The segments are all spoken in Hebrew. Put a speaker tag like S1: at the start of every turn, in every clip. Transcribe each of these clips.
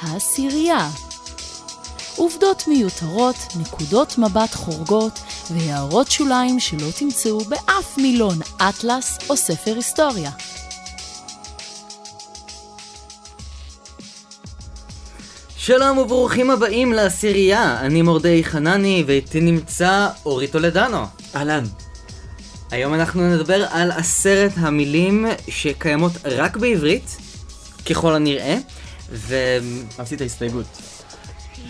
S1: העשירייה. עובדות מיותרות, נקודות מבט חורגות והערות שוליים שלא תמצאו באף מילון אטלס או ספר היסטוריה.
S2: שלום וברוכים הבאים לעשירייה, אני מורדי חנני ואיתי נמצא אורי טולדנו.
S3: אהלן.
S2: היום אנחנו נדבר על עשרת המילים שקיימות רק בעברית, ככל הנראה, ו...
S3: עשית הסתייגות.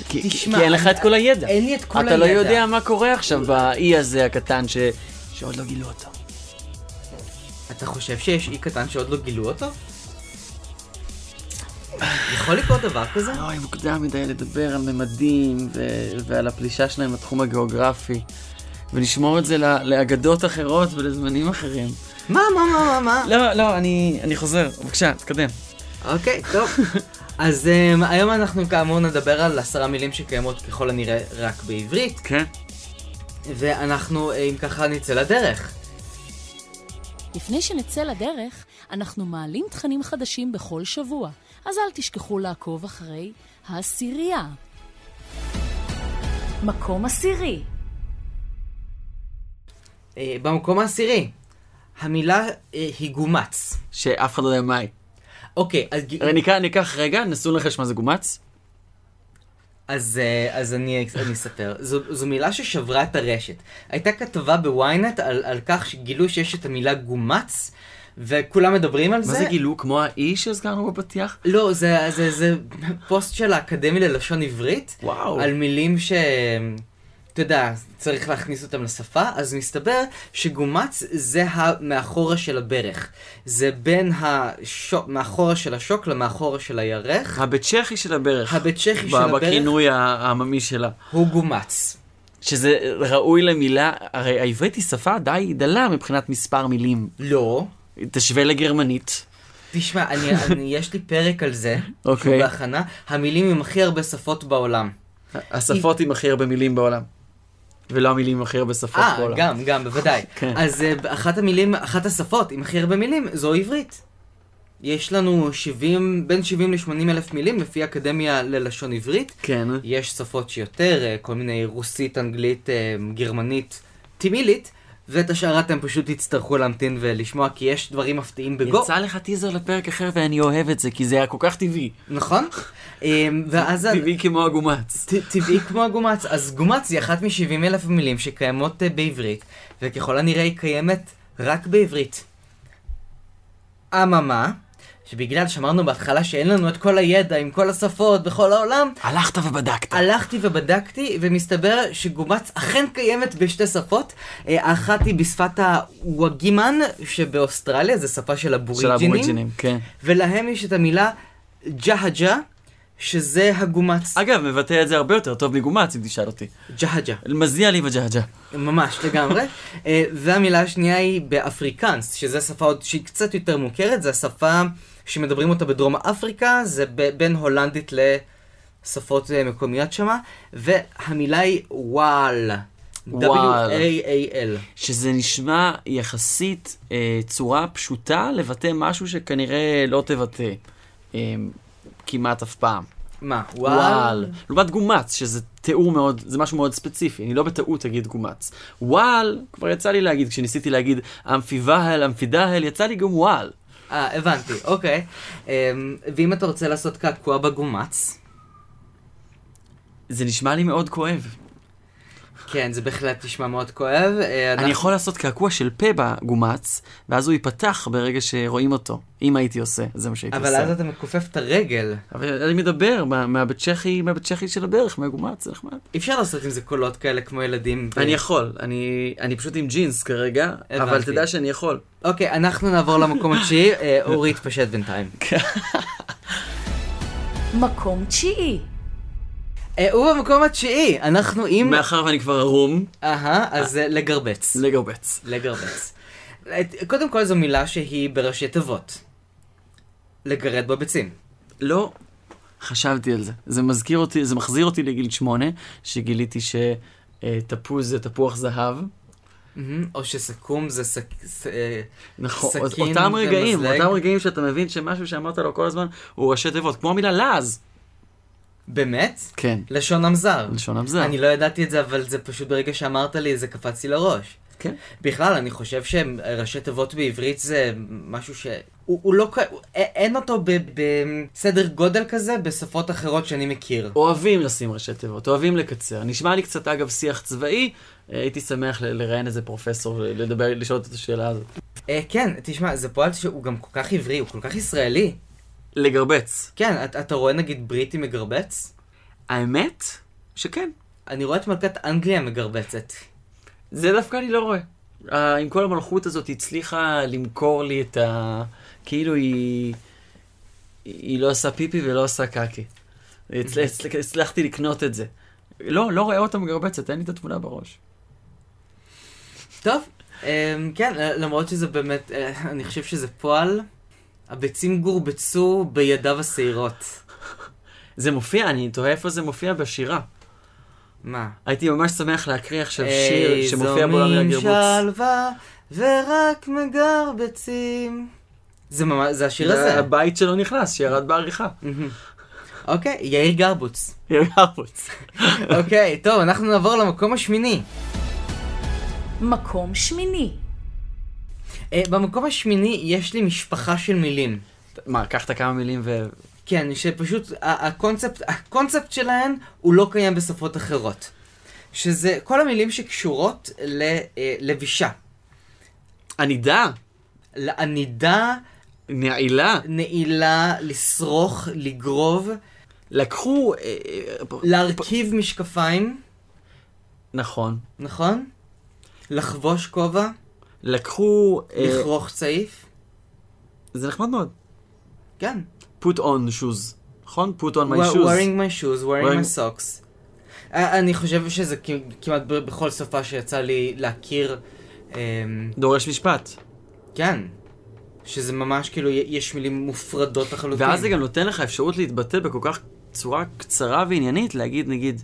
S3: כי
S2: תשמע,
S3: כי אין לך את כל הידע.
S2: אין לי את כל
S3: אתה לא
S2: הידע.
S3: יודע מה קורה עכשיו באי הזה הקטן ש... שעוד לא גילו אותו.
S2: אתה חושב שיש אי קטן שעוד לא גילו אותו? יכול לקרות דבר כזה?
S3: אוי, לא, מוקדם מדי לדבר על ממדים ו- ועל הפלישה שלהם לתחום הגיאוגרפי. ולשמור את זה ל- לאגדות אחרות ולזמנים אחרים.
S2: מה, מה, מה, מה, מה?
S3: לא, לא, אני, אני חוזר. בבקשה, תתקדם.
S2: אוקיי, טוב. אז um, היום אנחנו כאמור נדבר על עשרה מילים שקיימות ככל הנראה רק בעברית,
S3: כן?
S2: ואנחנו, אה, אם ככה, נצא לדרך.
S1: לפני שנצא לדרך, אנחנו מעלים תכנים חדשים בכל שבוע, אז אל תשכחו לעקוב אחרי העשירייה. מקום עשירי,
S2: אה, במקום העשירי, המילה אה, היא גומץ.
S3: שאף אחד לא יודע מה היא.
S2: אוקיי, אז, ג-
S3: הרי ניקח, ניקח רגע, נסו לנחש מה זה גומץ.
S2: אז, אה, אז אני, אני אספר. זו, זו מילה ששברה את הרשת. הייתה כתבה בוויינט על, על כך שגילו שיש את המילה גומץ, וכולם מדברים על זה.
S3: מה זה גילו? כמו האי שהזכרנו בפתיח?
S2: לא, זה, זה, זה פוסט של האקדמיה ללשון עברית.
S3: וואו.
S2: על מילים ש... אתה יודע, צריך להכניס אותם לשפה, אז מסתבר שגומץ זה המאחורה של הברך. זה בין השוק, מאחורה של השוק למאחורה של הירך.
S3: הבית צ'כי של הברך.
S2: הבית צ'כי של
S3: ב-
S2: הברך.
S3: בכינוי ה- העממי שלה.
S2: הוא גומץ.
S3: שזה ראוי למילה, הרי העברית היא שפה די דלה מבחינת מספר מילים.
S2: לא.
S3: תשווה לגרמנית.
S2: תשמע, אני, אני, יש לי פרק על זה, שהוא
S3: אוקיי.
S2: בהכנה, המילים עם הכי הרבה שפות בעולם.
S3: השפות עם הכי הרבה מילים בעולם. ולא המילים עם הכי הרבה שפות
S2: אה,
S3: בעולם.
S2: גם, גם, בוודאי.
S3: כן.
S2: אז אה, אחת המילים, אחת השפות עם הכי הרבה מילים, זו עברית. יש לנו 70, בין 70 ל-80 אלף מילים לפי האקדמיה ללשון עברית.
S3: כן.
S2: יש שפות שיותר, אה, כל מיני רוסית, אנגלית, אה, גרמנית, תמילית, ואת השאר אתם פשוט תצטרכו להמתין ולשמוע, כי יש דברים מפתיעים בגו.
S3: יצא לך טיזר לפרק אחר ואני אוהב את זה, כי זה היה כל כך טבעי.
S2: נכון? אה, ואז... ה-
S3: טבעי כמו הגומץ.
S2: ט- טבעי כמו הגומץ. אז גומץ היא אחת מ-70 אלף מילים שקיימות אה, בעברית, וככל הנראה היא קיימת רק בעברית. אממה, שבגלל שאמרנו בהתחלה שאין לנו את כל הידע עם כל השפות בכל העולם,
S3: הלכת ובדקת.
S2: הלכתי ובדקתי, ומסתבר שגומץ אכן קיימת בשתי שפות. אה, האחת היא בשפת הווגימן, שבאוסטרליה, זו שפה של
S3: של
S2: הבוריג'ינים,
S3: האבוריג'ינים, כן.
S2: ולהם יש את המילה ג'הג'ה, שזה הגומץ.
S3: אגב, מבטא את זה הרבה יותר טוב מגומץ, אם תשאל אותי.
S2: ג'הג'ה.
S3: מזיע לי בג'הג'ה.
S2: ממש, לגמרי. אה, והמילה השנייה היא באפריקנס, שזו שפה עוד שהיא קצת יותר מוכרת, זו השפה שמדברים אותה בדרום אפריקה, זה ב- בין הולנדית לשפות אה, מקומיות שמה, והמילה היא וואל.
S3: וואל.
S2: W-A-A-L.
S3: שזה נשמע יחסית אה, צורה פשוטה לבטא משהו שכנראה לא תבטא אה, כמעט אף פעם.
S2: מה,
S3: וואל.
S2: וואל?
S3: לעומת גומץ, שזה תיאור מאוד, זה משהו מאוד ספציפי, אני לא בטעות אגיד גומץ. וואל, כבר יצא לי להגיד, כשניסיתי להגיד אמפיבהל, אמפידהל, יצא לי גם וואל.
S2: אה, הבנתי, אוקיי. אה, ואם אתה רוצה לעשות קעקוע בגומץ,
S3: זה נשמע לי מאוד כואב.
S2: כן, זה בהחלט נשמע מאוד כואב. אה,
S3: אני יכול לעשות קעקוע של פה בגומץ, ואז הוא ייפתח ברגע שרואים אותו. אם הייתי עושה, זה מה שהייתי
S2: אבל
S3: עושה.
S2: אז אתה מכופף את הרגל.
S3: אבל אני מדבר מה- מהבית צ'כי, מהבית צ'כי של הברך, מהגומץ, זה נחמד.
S2: אי אפשר לעשות עם זה קולות כאלה כמו ילדים. ב-
S3: אני יכול, אני, אני פשוט עם ג'ינס כרגע, אבל
S2: כן. הבנתי.
S3: תדע שאני יכול.
S2: אוקיי, אנחנו נעבור למקום התשיעי, אה, אורי יתפשט בינתיים.
S1: מקום תשיעי,
S2: אה, הוא במקום התשיעי, אנחנו עם...
S3: מאחר ואני כבר ערום,
S2: אהה, אז אה, לגרבץ.
S3: לגרבץ.
S2: לגרבץ. את- קודם כל זו מילה שהיא בראשי תיבות. לגרד בביצים.
S3: לא, חשבתי על זה. זה מזכיר אותי, זה מחזיר אותי לגיל שמונה, שגיליתי שתפוז זה תפוח זהב.
S2: מהמם, או שסכו"ם זה סק- ס- אה,
S3: נכון,
S2: סכין
S3: אותם רגעים,
S2: ומזלג.
S3: אותם רגעים שאתה מבין שמשהו שאמרת לו כל הזמן הוא ראשי תיבות, כמו המילה לעז.
S2: באמת?
S3: כן.
S2: לשון המזר.
S3: לשון המזר.
S2: אני לא ידעתי את זה, אבל זה פשוט ברגע שאמרת לי, זה קפץ לי לראש.
S3: כן.
S2: בכלל, אני חושב שראשי תיבות בעברית זה משהו ש... הוא, הוא לא... ק- הוא- א- אין אותו ב- בסדר גודל כזה בשפות אחרות שאני מכיר.
S3: אוהבים לשים ראשי תיבות, אוהבים לקצר. נשמע לי קצת, אגב, שיח צבאי. אה, הייתי שמח ל- לראיין איזה פרופסור, ל- לדבר, לשאול אותו את השאלה הזאת.
S2: אה, כן, תשמע, זה פועל שהוא גם כל כך עברי, הוא כל כך ישראלי.
S3: לגרבץ.
S2: כן, אתה, אתה רואה נגיד בריטי מגרבץ?
S3: האמת? שכן.
S2: אני רואה את מלכת אנגליה מגרבצת.
S3: זה דווקא אני לא רואה. אה, עם כל המלכות הזאת, היא הצליחה למכור לי את ה... כאילו היא... היא לא עושה פיפי ולא עושה קקי. הצל... הצל... הצלחתי לקנות את זה. לא, לא רואה אותה מגרבצת, אין לי את התמונה בראש.
S2: טוב, אמ, כן, אה, למרות שזה באמת, אה, אני חושב שזה פועל. הביצים גורבצו בידיו השעירות.
S3: זה מופיע, אני תוהה איפה זה מופיע בשירה.
S2: מה?
S3: הייתי ממש שמח להקריא עכשיו שיר
S2: איזו
S3: שמופיע בו אריה
S2: אה, מין
S3: גרבוץ.
S2: שלווה ורק מגרבצים. זה ממש, זה השיר
S3: זה
S2: הזה.
S3: הבית שלו נכנס, שירד בעריכה.
S2: מהמם. אוקיי, יאיר גרבוץ.
S3: יאיר גרבוץ.
S2: אוקיי, טוב, אנחנו נעבור למקום השמיני.
S1: מקום שמיני,
S2: אה, במקום השמיני יש לי משפחה של מילים.
S3: מה, לקחת כמה מילים ו...
S2: כן, שפשוט ה- הקונספט, הקונספט שלהן הוא לא קיים בשפות אחרות. שזה כל המילים שקשורות אה, ללבישה.
S3: ענידה,
S2: לענידה,
S3: נעילה.
S2: נעילה, לסרוך, לגרוב,
S3: לקחו... אה, אה, פ-
S2: להרכיב משקפיים,
S3: נכון.
S2: נכון? לחבוש כובע,
S3: לקחו... אה,
S2: לכרוך צעיף,
S3: זה נחמד מאוד.
S2: כן.
S3: put on shoes. נכון? put on my
S2: Wear-
S3: shoes.
S2: wearing my shoes, wearing my
S3: Wearing-
S2: socks. אה, אני חושב שזה כ- כמעט ב- בכל שפה שיצא לי להכיר, אמ,
S3: דורש משפט.
S2: כן. שזה ממש כאילו, י- יש מילים מופרדות לחלוטין.
S3: ואז זה גם נותן לך אפשרות להתבטא בכל כך צורה קצרה ועניינית, להגיד, נגיד,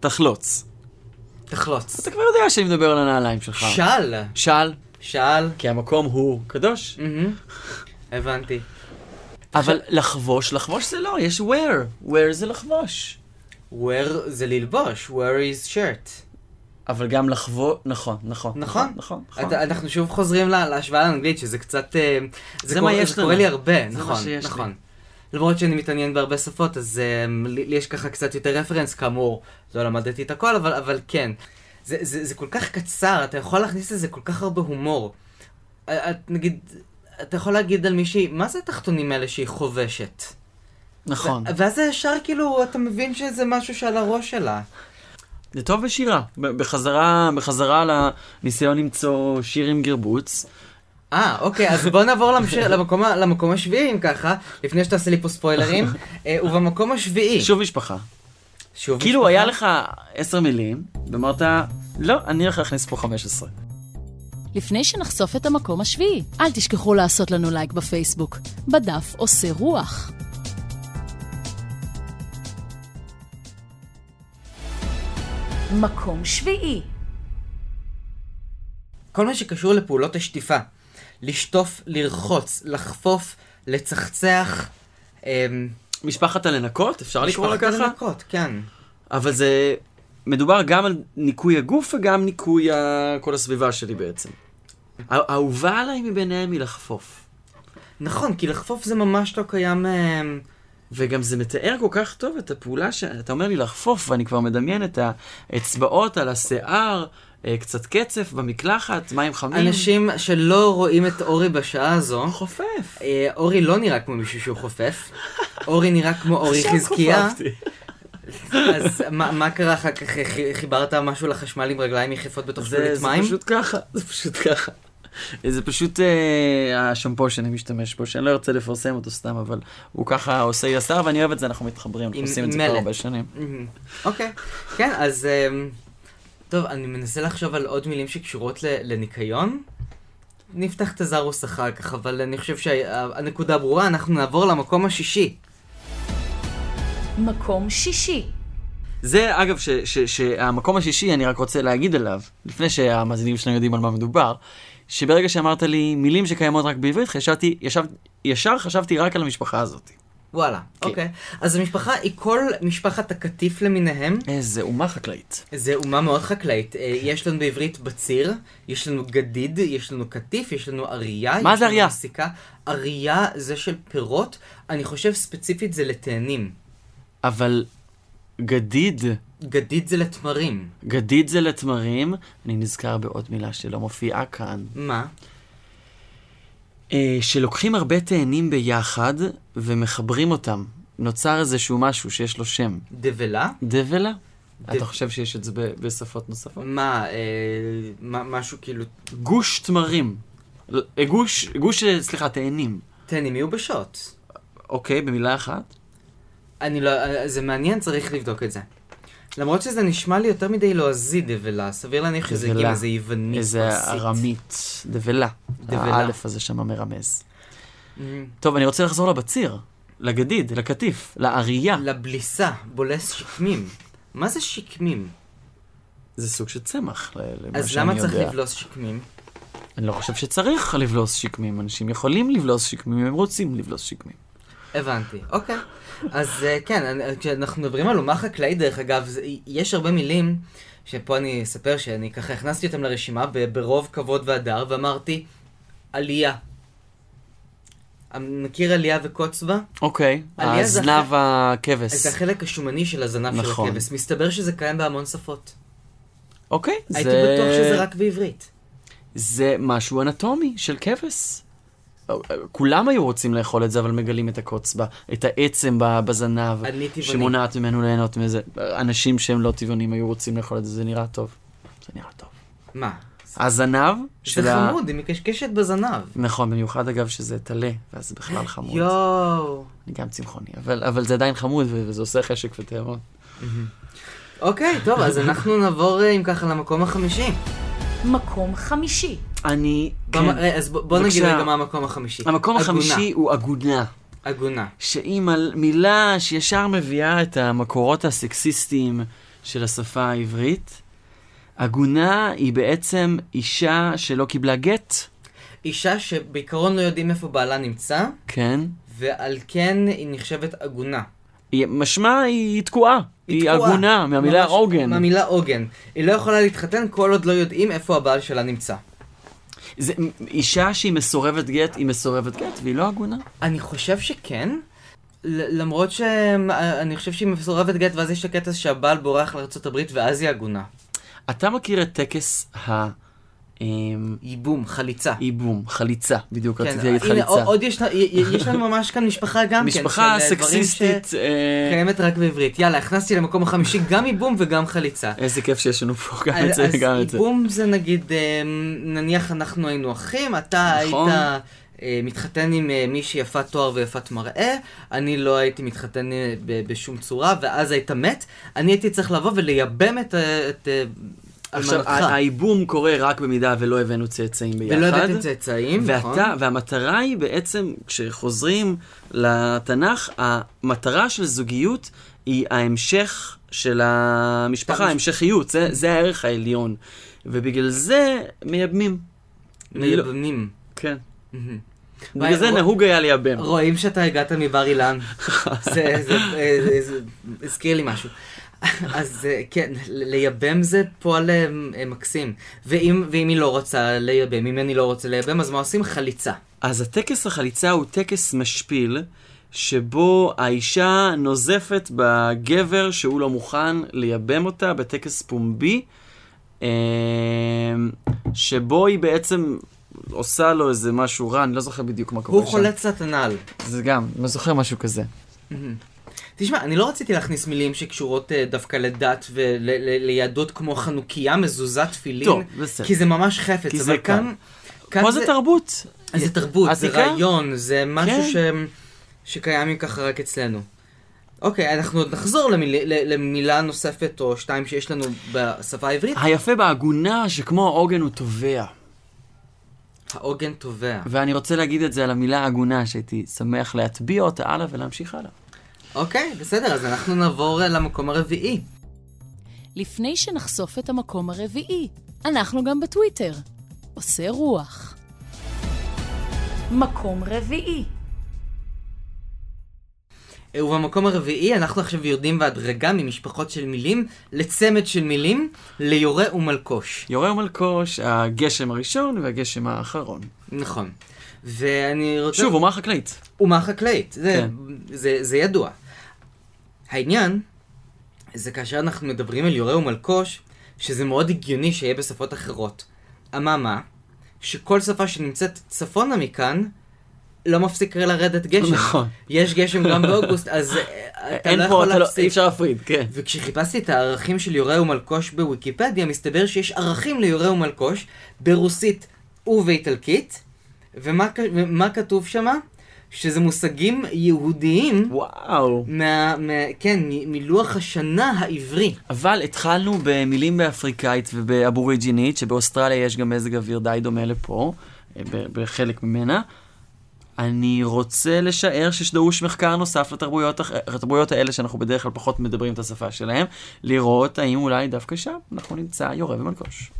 S3: תחלוץ.
S2: תחלוץ.
S3: אתה כבר יודע שאני מדבר על הנעליים שלך.
S2: של.
S3: שאל,
S2: של.
S3: כי המקום הוא קדוש.
S2: מהמם. הבנתי.
S3: אבל לחבוש, לחבוש זה לא, יש wear. wear זה לחבוש.
S2: Where זה ללבוש, where is shirt.
S3: אבל גם לחבוש, נכון, נכון.
S2: נכון.
S3: נכון, נכון.
S2: אתה, אנחנו שוב חוזרים לה, להשוואה לאנגלית, שזה קצת... אה, זה,
S3: מה
S2: קורה-
S3: יש
S2: זה קורה
S3: לנו.
S2: לי הרבה,
S3: זה מה
S2: נכון,
S3: שיש לי.
S2: נכון. למרות שאני מתעניין בהרבה שפות, אז אה, לי, לי יש ככה קצת יותר רפרנס, כאמור, לא למדתי את הכל, אבל, אבל כן. זה, זה, זה כל כך קצר, אתה יכול להכניס לזה כל כך הרבה הומור. אה, את, נגיד, אתה יכול להגיד על מישהי, מה זה התחתונים האלה שהיא חובשת?
S3: נכון.
S2: ואז זה ישר כאילו, אתה מבין שזה משהו שעל הראש שלה.
S3: זה טוב בשירה. ב- בחזרה, בחזרה לניסיון למצוא שיר עם גרבוץ.
S2: אה, אוקיי, אז בוא נעבור למש- למקום, ה- למקום השביעי, אם ככה, לפני שתעשה לי פה ספוילרים. אה, ובמקום השביעי,
S3: שוב משפחה.
S2: שוב
S3: כאילו
S2: משפחה.
S3: היה לך עשר מילים, ואמרת, לא, אני הולך להכניס פה חמש עשרה.
S1: לפני שנחשוף את המקום השביעי, אל תשכחו לעשות לנו לייק בפייסבוק, בדף עושה רוח. מקום שביעי,
S2: כל מה שקשור לפעולות השטיפה. לשטוף, לרחוץ, לחפוף, לצחצח. אמ,
S3: משפחת הלנקות, אפשר לקרוא לה
S2: משפחת
S3: ככה?
S2: הלנקות, כן.
S3: אבל זה... מדובר גם על ניקוי הגוף וגם ניקוי ה... כל הסביבה שלי בעצם. הא- האהובה עליי מביניהם היא לחפוף.
S2: נכון, כי לחפוף זה ממש לא קיים... אמ,
S3: וגם זה מתאר כל כך טוב את הפעולה ש... אתה אומר לי לחפוף, ואני כבר מדמיין את האצבעות על השיער, אה, קצת קצף במקלחת, מים חמים.
S2: אנשים שלא רואים את אורי בשעה הזו,
S3: חופף.
S2: אה, אורי לא נראה כמו מישהו שהוא חופף. אורי נראה כמו אורי
S3: עכשיו
S2: חזקיה.
S3: חופפתי.
S2: אז מה, מה קרה אחר כך? חי- חיברת משהו לחשמל עם רגליים יחפות בתוך
S3: זה,
S2: שלולית
S3: זה
S2: מים?
S3: פשוט ככה, זה פשוט ככה. זה פשוט אה, השמפו שאני משתמש בו, שאני לא ארצה לפרסם אותו סתם, אבל הוא ככה עושה יסר, ואני אוהב את זה, אנחנו מתחברים, אנחנו
S2: עם-
S3: עושים
S2: עם
S3: את זה כבר
S2: מלט.
S3: הרבה שנים.
S2: מהמם. אוקיי, כן, אז... אמ, טוב, אני מנסה לחשוב על עוד מילים שקשורות ל- לניקיון. נפתח את הזרוס אחר כך, אבל אני חושב שהנקודה ברורה, אנחנו נעבור למקום השישי.
S1: מקום שישי,
S3: זה, אגב, ש, ש, שהמקום השישי, אני רק רוצה להגיד עליו, לפני שהמאזינים שלנו יודעים על מה מדובר, שברגע שאמרת לי מילים שקיימות רק בעברית, חשבתי, ישב, ישר חשבתי רק על המשפחה הזאת.
S2: וואלה,
S3: כן.
S2: אוקיי. אז המשפחה היא כל משפחת הקטיף למיניהם.
S3: איזה אומה חקלאית.
S2: זה אומה מאוד חקלאית. אה, יש לנו בעברית בציר, יש לנו גדיד, יש לנו קטיף, יש לנו אריה.
S3: מה
S2: יש
S3: זה
S2: לנו
S3: אריה?
S2: סיכה. אריה זה של פירות, אני חושב ספציפית זה לתאנים.
S3: אבל גדיד,
S2: גדיד זה לתמרים.
S3: גדיד זה לתמרים, אני נזכר בעוד מילה שלא מופיעה כאן.
S2: מה?
S3: אה, שלוקחים הרבה תאנים ביחד ומחברים אותם. נוצר איזשהו משהו שיש לו שם.
S2: דבלה?
S3: דבלה?
S2: דב-
S3: אתה חושב שיש את זה ב- בשפות נוספות?
S2: מה, אה, מה, משהו כאילו,
S3: גוש תמרים. ל- אה, גוש, גוש, אה, סליחה, תאנים.
S2: תאנים מיובשות.
S3: אוקיי, במילה אחת.
S2: אני לא, אה, זה מעניין, צריך לבדוק את זה. למרות שזה נשמע לי יותר מדי לועזי דבלה, סביר להניח שזה
S3: דבלה.
S2: כאילו איזה יווני.
S3: איזה ארמית. דבלה.
S2: דבלה.
S3: האלף הזה שם מרמז.
S2: Mm.
S3: טוב, אני רוצה לחזור לבציר. לגדיד, לקטיף, לאריה.
S2: לבליסה, בולס שקמים. מה זה שקמים?
S3: זה סוג של צמח, ל- למה
S2: אז
S3: שאני
S2: למה צריך
S3: יודע.
S2: לבלוס שקמים?
S3: אני לא חושב שצריך לבלוס שקמים. אנשים יכולים לבלוס שקמים אם הם רוצים לבלוס שקמים.
S2: הבנתי, אוקיי. אז אה, כן, אני- כשאנחנו מדברים על אומה חקלאית, דרך אגב, זה- יש הרבה מילים, שפה אני אספר שאני ככה הכנסתי אותם לרשימה ב- ברוב כבוד והדר, ואמרתי, עלייה. אמ, מכיר עלייה וקוצבה?
S3: אוקיי,
S2: עלייה זה
S3: הזנב
S2: אחרי-
S3: הכבש.
S2: זה החלק השומני של הזנב של
S3: נכון.
S2: הכבש. מסתבר שזה קיים בהמון שפות.
S3: אוקיי, זה...
S2: הייתי בטוח שזה רק בעברית.
S3: זה משהו אנטומי של כבש. אה, כולם היו רוצים לאכול את זה, אבל מגלים את הקוצבה, את העצם ב- בזנב,
S2: אני טבעוני.
S3: שמונעת ממנו ליהנות מזה. אנשים שהם לא טבעונים היו רוצים לאכול את זה, זה נראה טוב. זה נראה טוב.
S2: מה?
S3: הזנב
S2: זה
S3: של ה...
S2: חמוד, היא מקשקשת בזנב.
S3: נכון, במיוחד אגב שזה טלה, ואז זה בכלל חמוד.
S2: יואו.
S3: אני גם צמחוני, אבל, אבל זה עדיין חמוד, ו- וזה עושה חשק ותיאבון.
S2: אוקיי, טוב, אז אנחנו נעבור אה, אם ככה למקום החמישי.
S1: מקום חמישי.
S3: אני...
S2: במ- אה, אז ב- בוא נגיד
S3: כן. בבקשה.
S2: רגע מה המקום החמישי.
S3: המקום
S2: עגונה.
S3: החמישי הוא עגונה.
S2: עגונה.
S3: שאם על מילה שישר מביאה את המקורות הסקסיסטיים של השפה העברית, עגונה היא בעצם אישה שלא קיבלה גט,
S2: אישה שבעיקרון לא יודעים איפה בעלה נמצא,
S3: כן?
S2: ועל כן היא נחשבת עגונה.
S3: היא, משמע היא תקועה. היא,
S2: תקועה.
S3: עגונה, מהמילה
S2: ממש-
S3: עוגן.
S2: מהמילה עוגן. היא לא יכולה להתחתן כל עוד לא יודעים איפה הבעל שלה נמצא.
S3: זה, אישה שהיא מסורבת גט, היא מסורבת גט, והיא לא עגונה.
S2: אני חושב שכן. ל- למרות שאני חושב שהיא מסורבת גט, ואז יש את הקטע שהבעל בורח לארה"ב ואז היא עגונה.
S3: אתה מכיר את טקס ה... אמ,
S2: ייבום, חליצה.
S3: ייבום, חליצה, בדיוק
S2: כן,
S3: רציתי להגיד
S2: הנה,
S3: חליצה.
S2: עוד יש, ל- יש לנו ממש כאן משפחה גם כן.
S3: משפחה
S2: של, אה, דברים כן.
S3: סקסיסטית, אה,
S2: קיימת רק בעברית. יאללה, הכנסתי למקום החמישי גם ייבום וגם חליצה.
S3: איזה כיף שיש לנו פה גם את
S2: אז
S3: זה,
S2: אז
S3: גם את זה.
S2: ייבום זה נגיד, אה, נניח אנחנו היינו אחים, אתה
S3: נכון.
S2: היית אה, מתחתן עם אה, מישהי יפת תואר ויפת מראה, אני לא הייתי מתחתן אה, ב- בשום צורה, ואז היית מת, אני הייתי צריך לבוא ולייבם את אה, את, אה,
S3: עכשיו,
S2: אלמנתך.
S3: ה- הייבום קורה רק במידה ולא הבאנו צאצאים ביחד.
S2: ולא הבאתם צאצאים, נכון?
S3: ואתה, והמטרה היא בעצם, כשחוזרים לתנ"ך, המטרה של זוגיות היא ההמשך של המשפחה,
S2: המשפחה.
S3: ההמשכיות, זה, זה הערך העליון. ובגלל זה מייבמים. לא-
S2: מייבמים.
S3: כן.
S2: מהמם.
S3: בגלל זה
S2: רוא-
S3: נהוג היה לייבם.
S2: רואים שאתה הגעת מבר אילן. זה, זה, זה, זה הזכיר לי משהו. אז אה, כן, ל- לייבם זה פועל אה, אה, מקסים. ואם, ואם היא לא רוצה לייבם, אם אני לא רוצה לייבם, אז מה עושים? חליצה.
S3: אז הטקס החליצה הוא טקס משפיל, שבו האישה נוזפת בגבר שהוא לא מוכן לייבם אותה בטקס פומבי, אה, שבו היא בעצם עושה לו איזה משהו רע, אני לא זוכר בדיוק מה קורה
S2: הוא
S3: שם.
S2: חולץ לה את הנעל.
S3: זה גם, אני לא זוכר משהו כזה.
S2: תשמע, אני לא רציתי להכניס מילים שקשורות אה, דווקא לדת וליהדות כמו חנוכיה, מזוזה, תפילין.
S3: טוב, בסדר.
S2: כי זה ממש חפץ.
S3: כי
S2: אבל
S3: זה
S2: כאן, כאן
S3: פה זה תרבות.
S2: זה תרבות, זה
S3: עתיקה?
S2: רעיון, זה משהו
S3: כן.
S2: ש... שקיים אם ככה רק אצלנו. אוקיי, אנחנו עוד נחזור למיל... ל- למילה נוספת או שתיים שיש לנו בשפה העברית.
S3: היפה בעגונה, שכמו העוגן הוא תובע.
S2: העוגן תובע.
S3: ואני רוצה להגיד את זה על המילה עגונה, שהייתי שמח להטביע אותה הלאה ולהמשיך הלאה.
S2: אוקיי, בסדר, אז אנחנו נעבור אה, למקום הרביעי.
S1: לפני שנחשוף את המקום הרביעי, אנחנו גם בטוויטר. עושה רוח. מקום רביעי.
S2: אה, ובמקום הרביעי, אנחנו עכשיו יורדים בהדרגה ממשפחות של מילים לצמד של מילים, ליורה ומלקוש.
S3: יורה ומלקוש, הגשם הראשון והגשם האחרון.
S2: נכון. ואני רוצה...
S3: שוב, אומה חקלאית.
S2: אומה חקלאית, זה,
S3: כן.
S2: זה, זה ידוע. העניין זה כאשר אנחנו מדברים על יורה ומלקוש, שזה מאוד הגיוני שיהיה בשפות אחרות. אממה, שכל שפה שנמצאת צפונה מכאן, לא מפסיק לרדת גשם.
S3: נכון.
S2: יש גשם גם באוגוסט, אז אה, אתה
S3: אין
S2: לא
S3: פה,
S2: יכול
S3: אתה לא- אי
S2: להפסיק.
S3: אפשר להפריד, כן.
S2: וכשחיפשתי את הערכים של יורה ומלקוש בוויקיפדיה, מסתבר שיש ערכים ליורה ומלקוש ברוסית ובאיטלקית, ומה, כ- ומה כתוב שמה? שזה מושגים יהודיים,
S3: וואו.
S2: מה, מה, כן, מ- מלוח השנה העברי.
S3: אבל התחלנו במילים באפריקאית ובאבוריג'ינית, שבאוסטרליה יש גם מזג אוויר די דומה לפה, אה, ב- בחלק ממנה. אני רוצה לשער שדרוש מחקר נוסף לתרבויות הח- התרבויות האלה, שאנחנו בדרך כלל פחות מדברים את השפה שלהם, לראות האם אולי דווקא שם אנחנו נמצא יורה ומלקוש.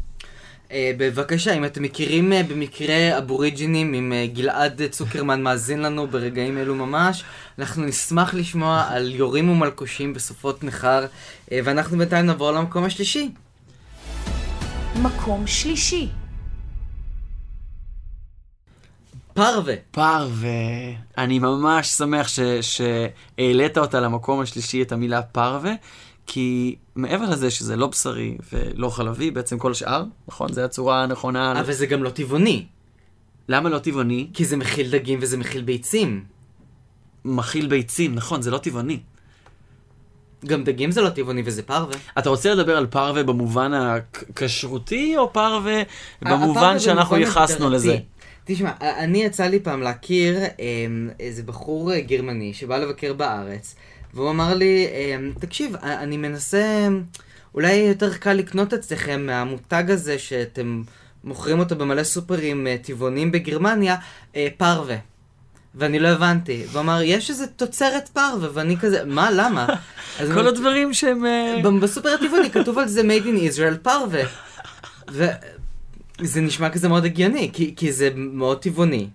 S2: אה, בבקשה, אם אתם מכירים אה, במקרה אבוריג'ינים, אם אה, גלעד צוקרמן מאזין לנו ברגעים אלו ממש, אנחנו נשמח לשמוע על יורים ומלקושים בסופות ניכר, אה, ואנחנו בינתיים נעבור למקום השלישי.
S1: מקום שלישי,
S2: פרווה.
S3: פרווה. אני ממש שמח ש... שהעלית אותה למקום השלישי, את המילה פרווה, כי מעבר לזה שזה לא בשרי ולא חלבי, בעצם כל השאר, נכון? זו הצורה הנכונה.
S2: אבל זה גם לא טבעוני,
S3: למה לא טבעוני?
S2: כי זה מכיל דגים וזה מכיל ביצים.
S3: מכיל ביצים, נכון, זה לא טבעוני.
S2: גם דגים זה לא טבעוני וזה פרווה.
S3: אתה רוצה לדבר על פרווה במובן הכשרותי, או פרווה
S2: אה, הפרווה
S3: במובן
S2: זה
S3: שאנחנו
S2: במובן
S3: ייחסנו
S2: הגדרתי.
S3: לזה?
S2: תשמע, אני יצא לי פעם להכיר אמ, איזה בחור אה, גרמני שבא לבקר בארץ, והוא אמר לי, אמ, תקשיב, א- אני מנסה, אולי יותר קל לקנות אצלכם מהמותג הזה שאתם מוכרים אותו במלא סופרים אה, טבעונים בגרמניה, אה, פרווה. ואני לא הבנתי. והוא אמר, יש איזה תוצרת פרווה, ואני כזה, מה, למה? אז
S3: כל
S2: אמרתי,
S3: הדברים שהם... אה,
S2: ב- בסופר הטבעוני כתוב על זה made in Israel פרווה. וזה נשמע כזה מאוד הגיוני, כי, כי זה מאוד טבעוני.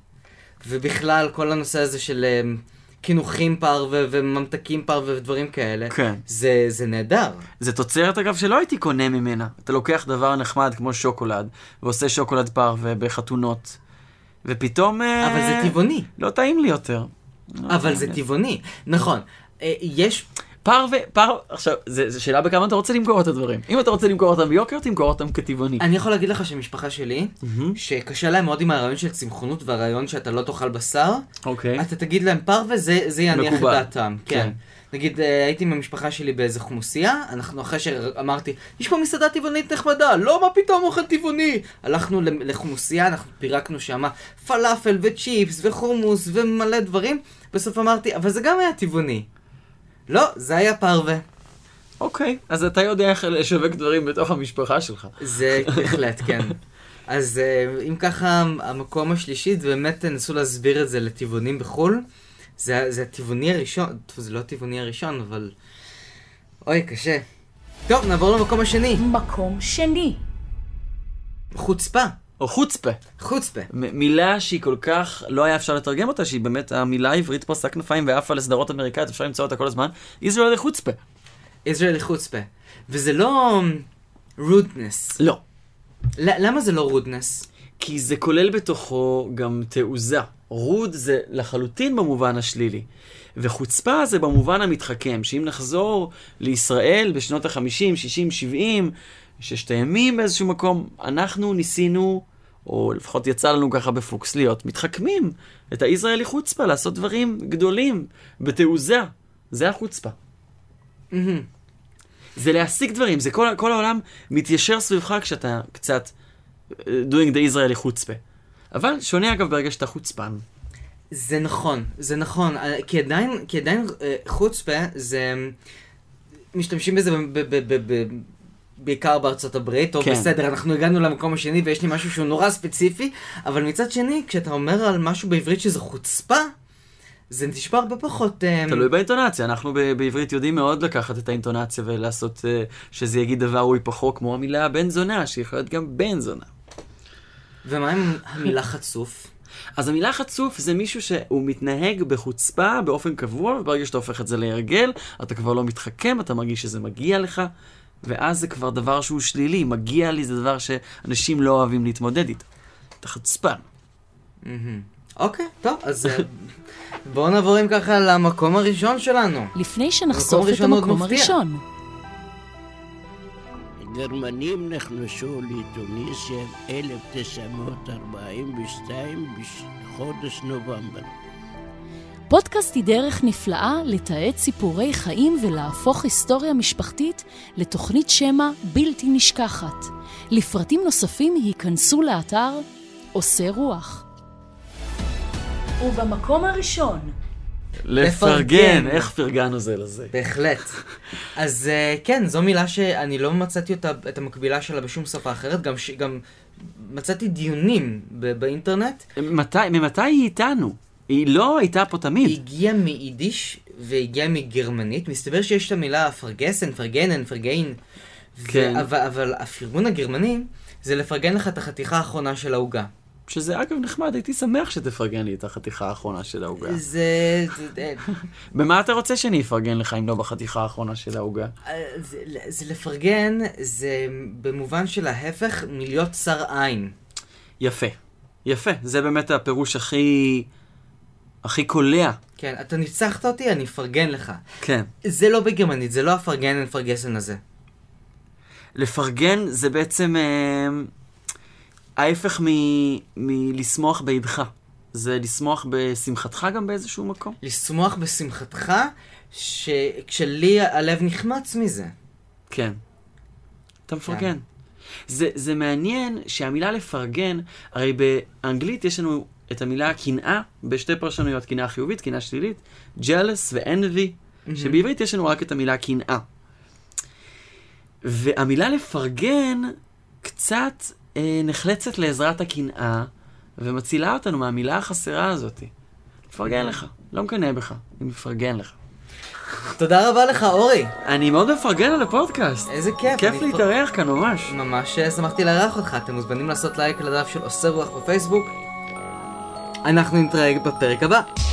S2: ובכלל, כל הנושא הזה של אמ, קינוחים פרווה וממתקים פרווה ודברים כאלה,
S3: כן.
S2: זה, זה נהדר.
S3: זה תוצרת, אגב, שלא הייתי קונה ממנה. אתה לוקח דבר נחמד כמו שוקולד, ועושה שוקולד פרווה בחתונות, ופתאום... אה,
S2: אבל זה טבעוני.
S3: לא טעים לי יותר.
S2: אבל זה טבעוני. נכון. אה, יש...
S3: פרווה, פרווה, עכשיו, זה- זו שאלה בכמה אתה רוצה למכור את הדברים. אם אתה רוצה למכור אותם ביוקר, תמכור אותם כטבעוני.
S2: אני יכול להגיד לך שהמשפחה שלי, שקשה להם מאוד עם הרעיון של צמחונות והרעיון שאתה לא תאכל בשר,
S3: אוקיי.
S2: אתה תגיד להם פרווה, זה, זה יניח את
S3: מקובל.
S2: דעתם. כן.
S3: כן.
S2: נגיד, אה, הייתי עם המשפחה שלי באיזה חומוסייה, אנחנו אחרי שאמרתי, יש פה מסעדה טבעונית נחמדה, לא, מה פתאום אוכל טבעוני? הלכנו למ- לחומוסייה, אנחנו פירקנו שם פלאפל וצ'יפס וחומוס ומלא דברים, בסוף אמרתי, אבל זה גם היה טבעוני. לא, זה היה פרווה.
S3: אוקיי, אז אתה יודע איך לשווק דברים בתוך המשפחה שלך.
S2: זה בהחלט, כן. אז אה, אם ככה, המקום השלישי, זה באמת תנסו להסביר את זה לטבעונים בחו"ל. זה, זה הטבעוני הראשון, טוב, זה לא הטבעוני הראשון, אבל... אוי, קשה. טוב, נעבור למקום השני.
S1: מקום שני,
S2: חוצפה.
S3: או חוצפה.
S2: חוצפה.
S3: מ- מילה שהיא כל כך, לא היה אפשר לתרגם אותה, שהיא באמת, המילה העברית פרסה כנפיים ועפה לסדרות אמריקאיות, אפשר למצוא אותה כל הזמן. ישראל היא חוצפה.
S2: ישראלי חוצפה. וזה לא... רודנס.
S3: לא.
S2: למה זה לא רודנס?
S3: כי זה כולל בתוכו גם תעוזה. רוד זה לחלוטין במובן השלילי. וחוצפה זה במובן המתחכם, שאם נחזור לישראל בשנות ה-50, 60, 70, ששת הימים באיזשהו מקום, אנחנו ניסינו, או לפחות יצא לנו ככה בפוקס, להיות מתחכמים את הישראלי חוצפה, לעשות דברים גדולים, בתעוזה. זה החוצפה.
S2: מהמם.
S3: זה להשיג דברים, זה כל, כל העולם מתיישר סביבך כשאתה קצת אה, doing the Israeli חוצפה. אבל שונה אגב ברגע שאתה חוצפן.
S2: זה נכון, זה נכון, אה, כי עדיין, כי עדיין אה, חוצפה זה... אמ, משתמשים בזה ב- ב- ב- ב- ב- בעיקר בארצות הברית, או
S3: כן.
S2: בסדר, אנחנו הגענו למקום השני ויש לי משהו שהוא נורא ספציפי, אבל מצד שני, כשאתה אומר על משהו בעברית שזה חוצפה, זה נשמע הרבה פחות... אה,
S3: תלוי באינטונציה, אנחנו ב- בעברית יודעים מאוד לקחת את האינטונציה ולעשות אה, שזה יגיד דבר הוא היפוכו, כמו המילה בן זונה, שיכול להיות גם בן זונה.
S2: ומה עם המילה חצוף?
S3: אז המילה חצוף זה מישהו שהוא מתנהג בחוצפה באופן קבוע, וברגע שאתה הופך את זה להרגל, אתה כבר לא מתחכם, אתה מרגיש שזה מגיע לך, ואז זה כבר דבר שהוא שלילי. מגיע לי זה דבר שאנשים לא אוהבים להתמודד איתו. אתה חצפן.
S2: מהמם. אוקיי, טוב, אז אה, בואו נעבור אם ככה למקום הראשון שלנו.
S1: לפני שנחשוף את
S2: ראשון עוד
S1: המקום
S2: מפתיע.
S1: הראשון.
S4: הגרמנים נכנסו לתוניסיה 1942 בחודש נובמבר.
S1: פודקאסט היא דרך נפלאה לתעד סיפורי חיים ולהפוך היסטוריה משפחתית לתוכנית שמע בלתי נשכחת. לפרטים נוספים היכנסו לאתר עושה רוח. ובמקום הראשון,
S3: לפרגן, איך פרגנו זה לזה?
S2: בהחלט. אז אה, כן, זו מילה שאני לא מצאתי אותה, את המקבילה שלה בשום שפה אחרת, גם, ש, גם מצאתי דיונים ב- באינטרנט.
S3: מתי- ממתי היא איתנו? היא לא הייתה פה
S2: היא
S3: תמיד.
S2: הגיעה מיידיש והגיעה מגרמנית. מסתבר שיש את המילה פרגסן, פרגנן, פרגיין.
S3: כן.
S2: ו- אבל, אבל הפרגון הגרמני זה לפרגן לך את החתיכה האחרונה של העוגה.
S3: שזה אגב נחמד, הייתי שמח שתפרגן לי את החתיכה האחרונה של העוגה.
S2: זה... זה- אה,
S3: במה אתה רוצה שאני אפרגן לך אם לא בחתיכה האחרונה של העוגה?
S2: אה, זה- זה לפרגן, זה במובן של ההפך מלהיות שר עין.
S3: יפה. יפה. זה באמת הפירוש הכי... הכי קולע.
S2: כן, אתה ניצחת אותי, אני אפרגן לך.
S3: כן.
S2: זה לא בגרמנית, זה לא הפרגן אין פרגסן הזה.
S3: לפרגן זה בעצם אה, ההפך מ- מלשמוח באידך. זה לשמוח בשמחתך גם באיזשהו מקום.
S2: לשמוח בשמחתך, שכשלי הלב נחמץ מזה.
S3: כן.
S2: כן.
S3: אתה מפרגן. זה, זה מעניין שהמילה לפרגן, הרי באנגלית יש לנו את המילה קנאה בשתי פרשנויות, קנאה חיובית, קנאה שלילית, jealous ו-envy,
S2: Mhm.
S3: שבעברית יש לנו רק את המילה קנאה. והמילה לפרגן קצת אה, נחלצת לעזרת הקנאה, ומצילה אותנו מהמילה החסרה הזאת. לפרגן לך, לא מקנא בך, אני מפרגן לך.
S2: תודה רבה לך, אורי.
S3: אני מאוד מפרגן על הפודקאסט.
S2: איזה כיף.
S3: כיף
S2: אני
S3: להתארח כאן ממש.
S2: ממש אה, שמחתי לארח אותך. אתם מוזמנים לעשות לייק לדף של עושה רוח בפייסבוק. אנחנו נתראה בפרק הבא.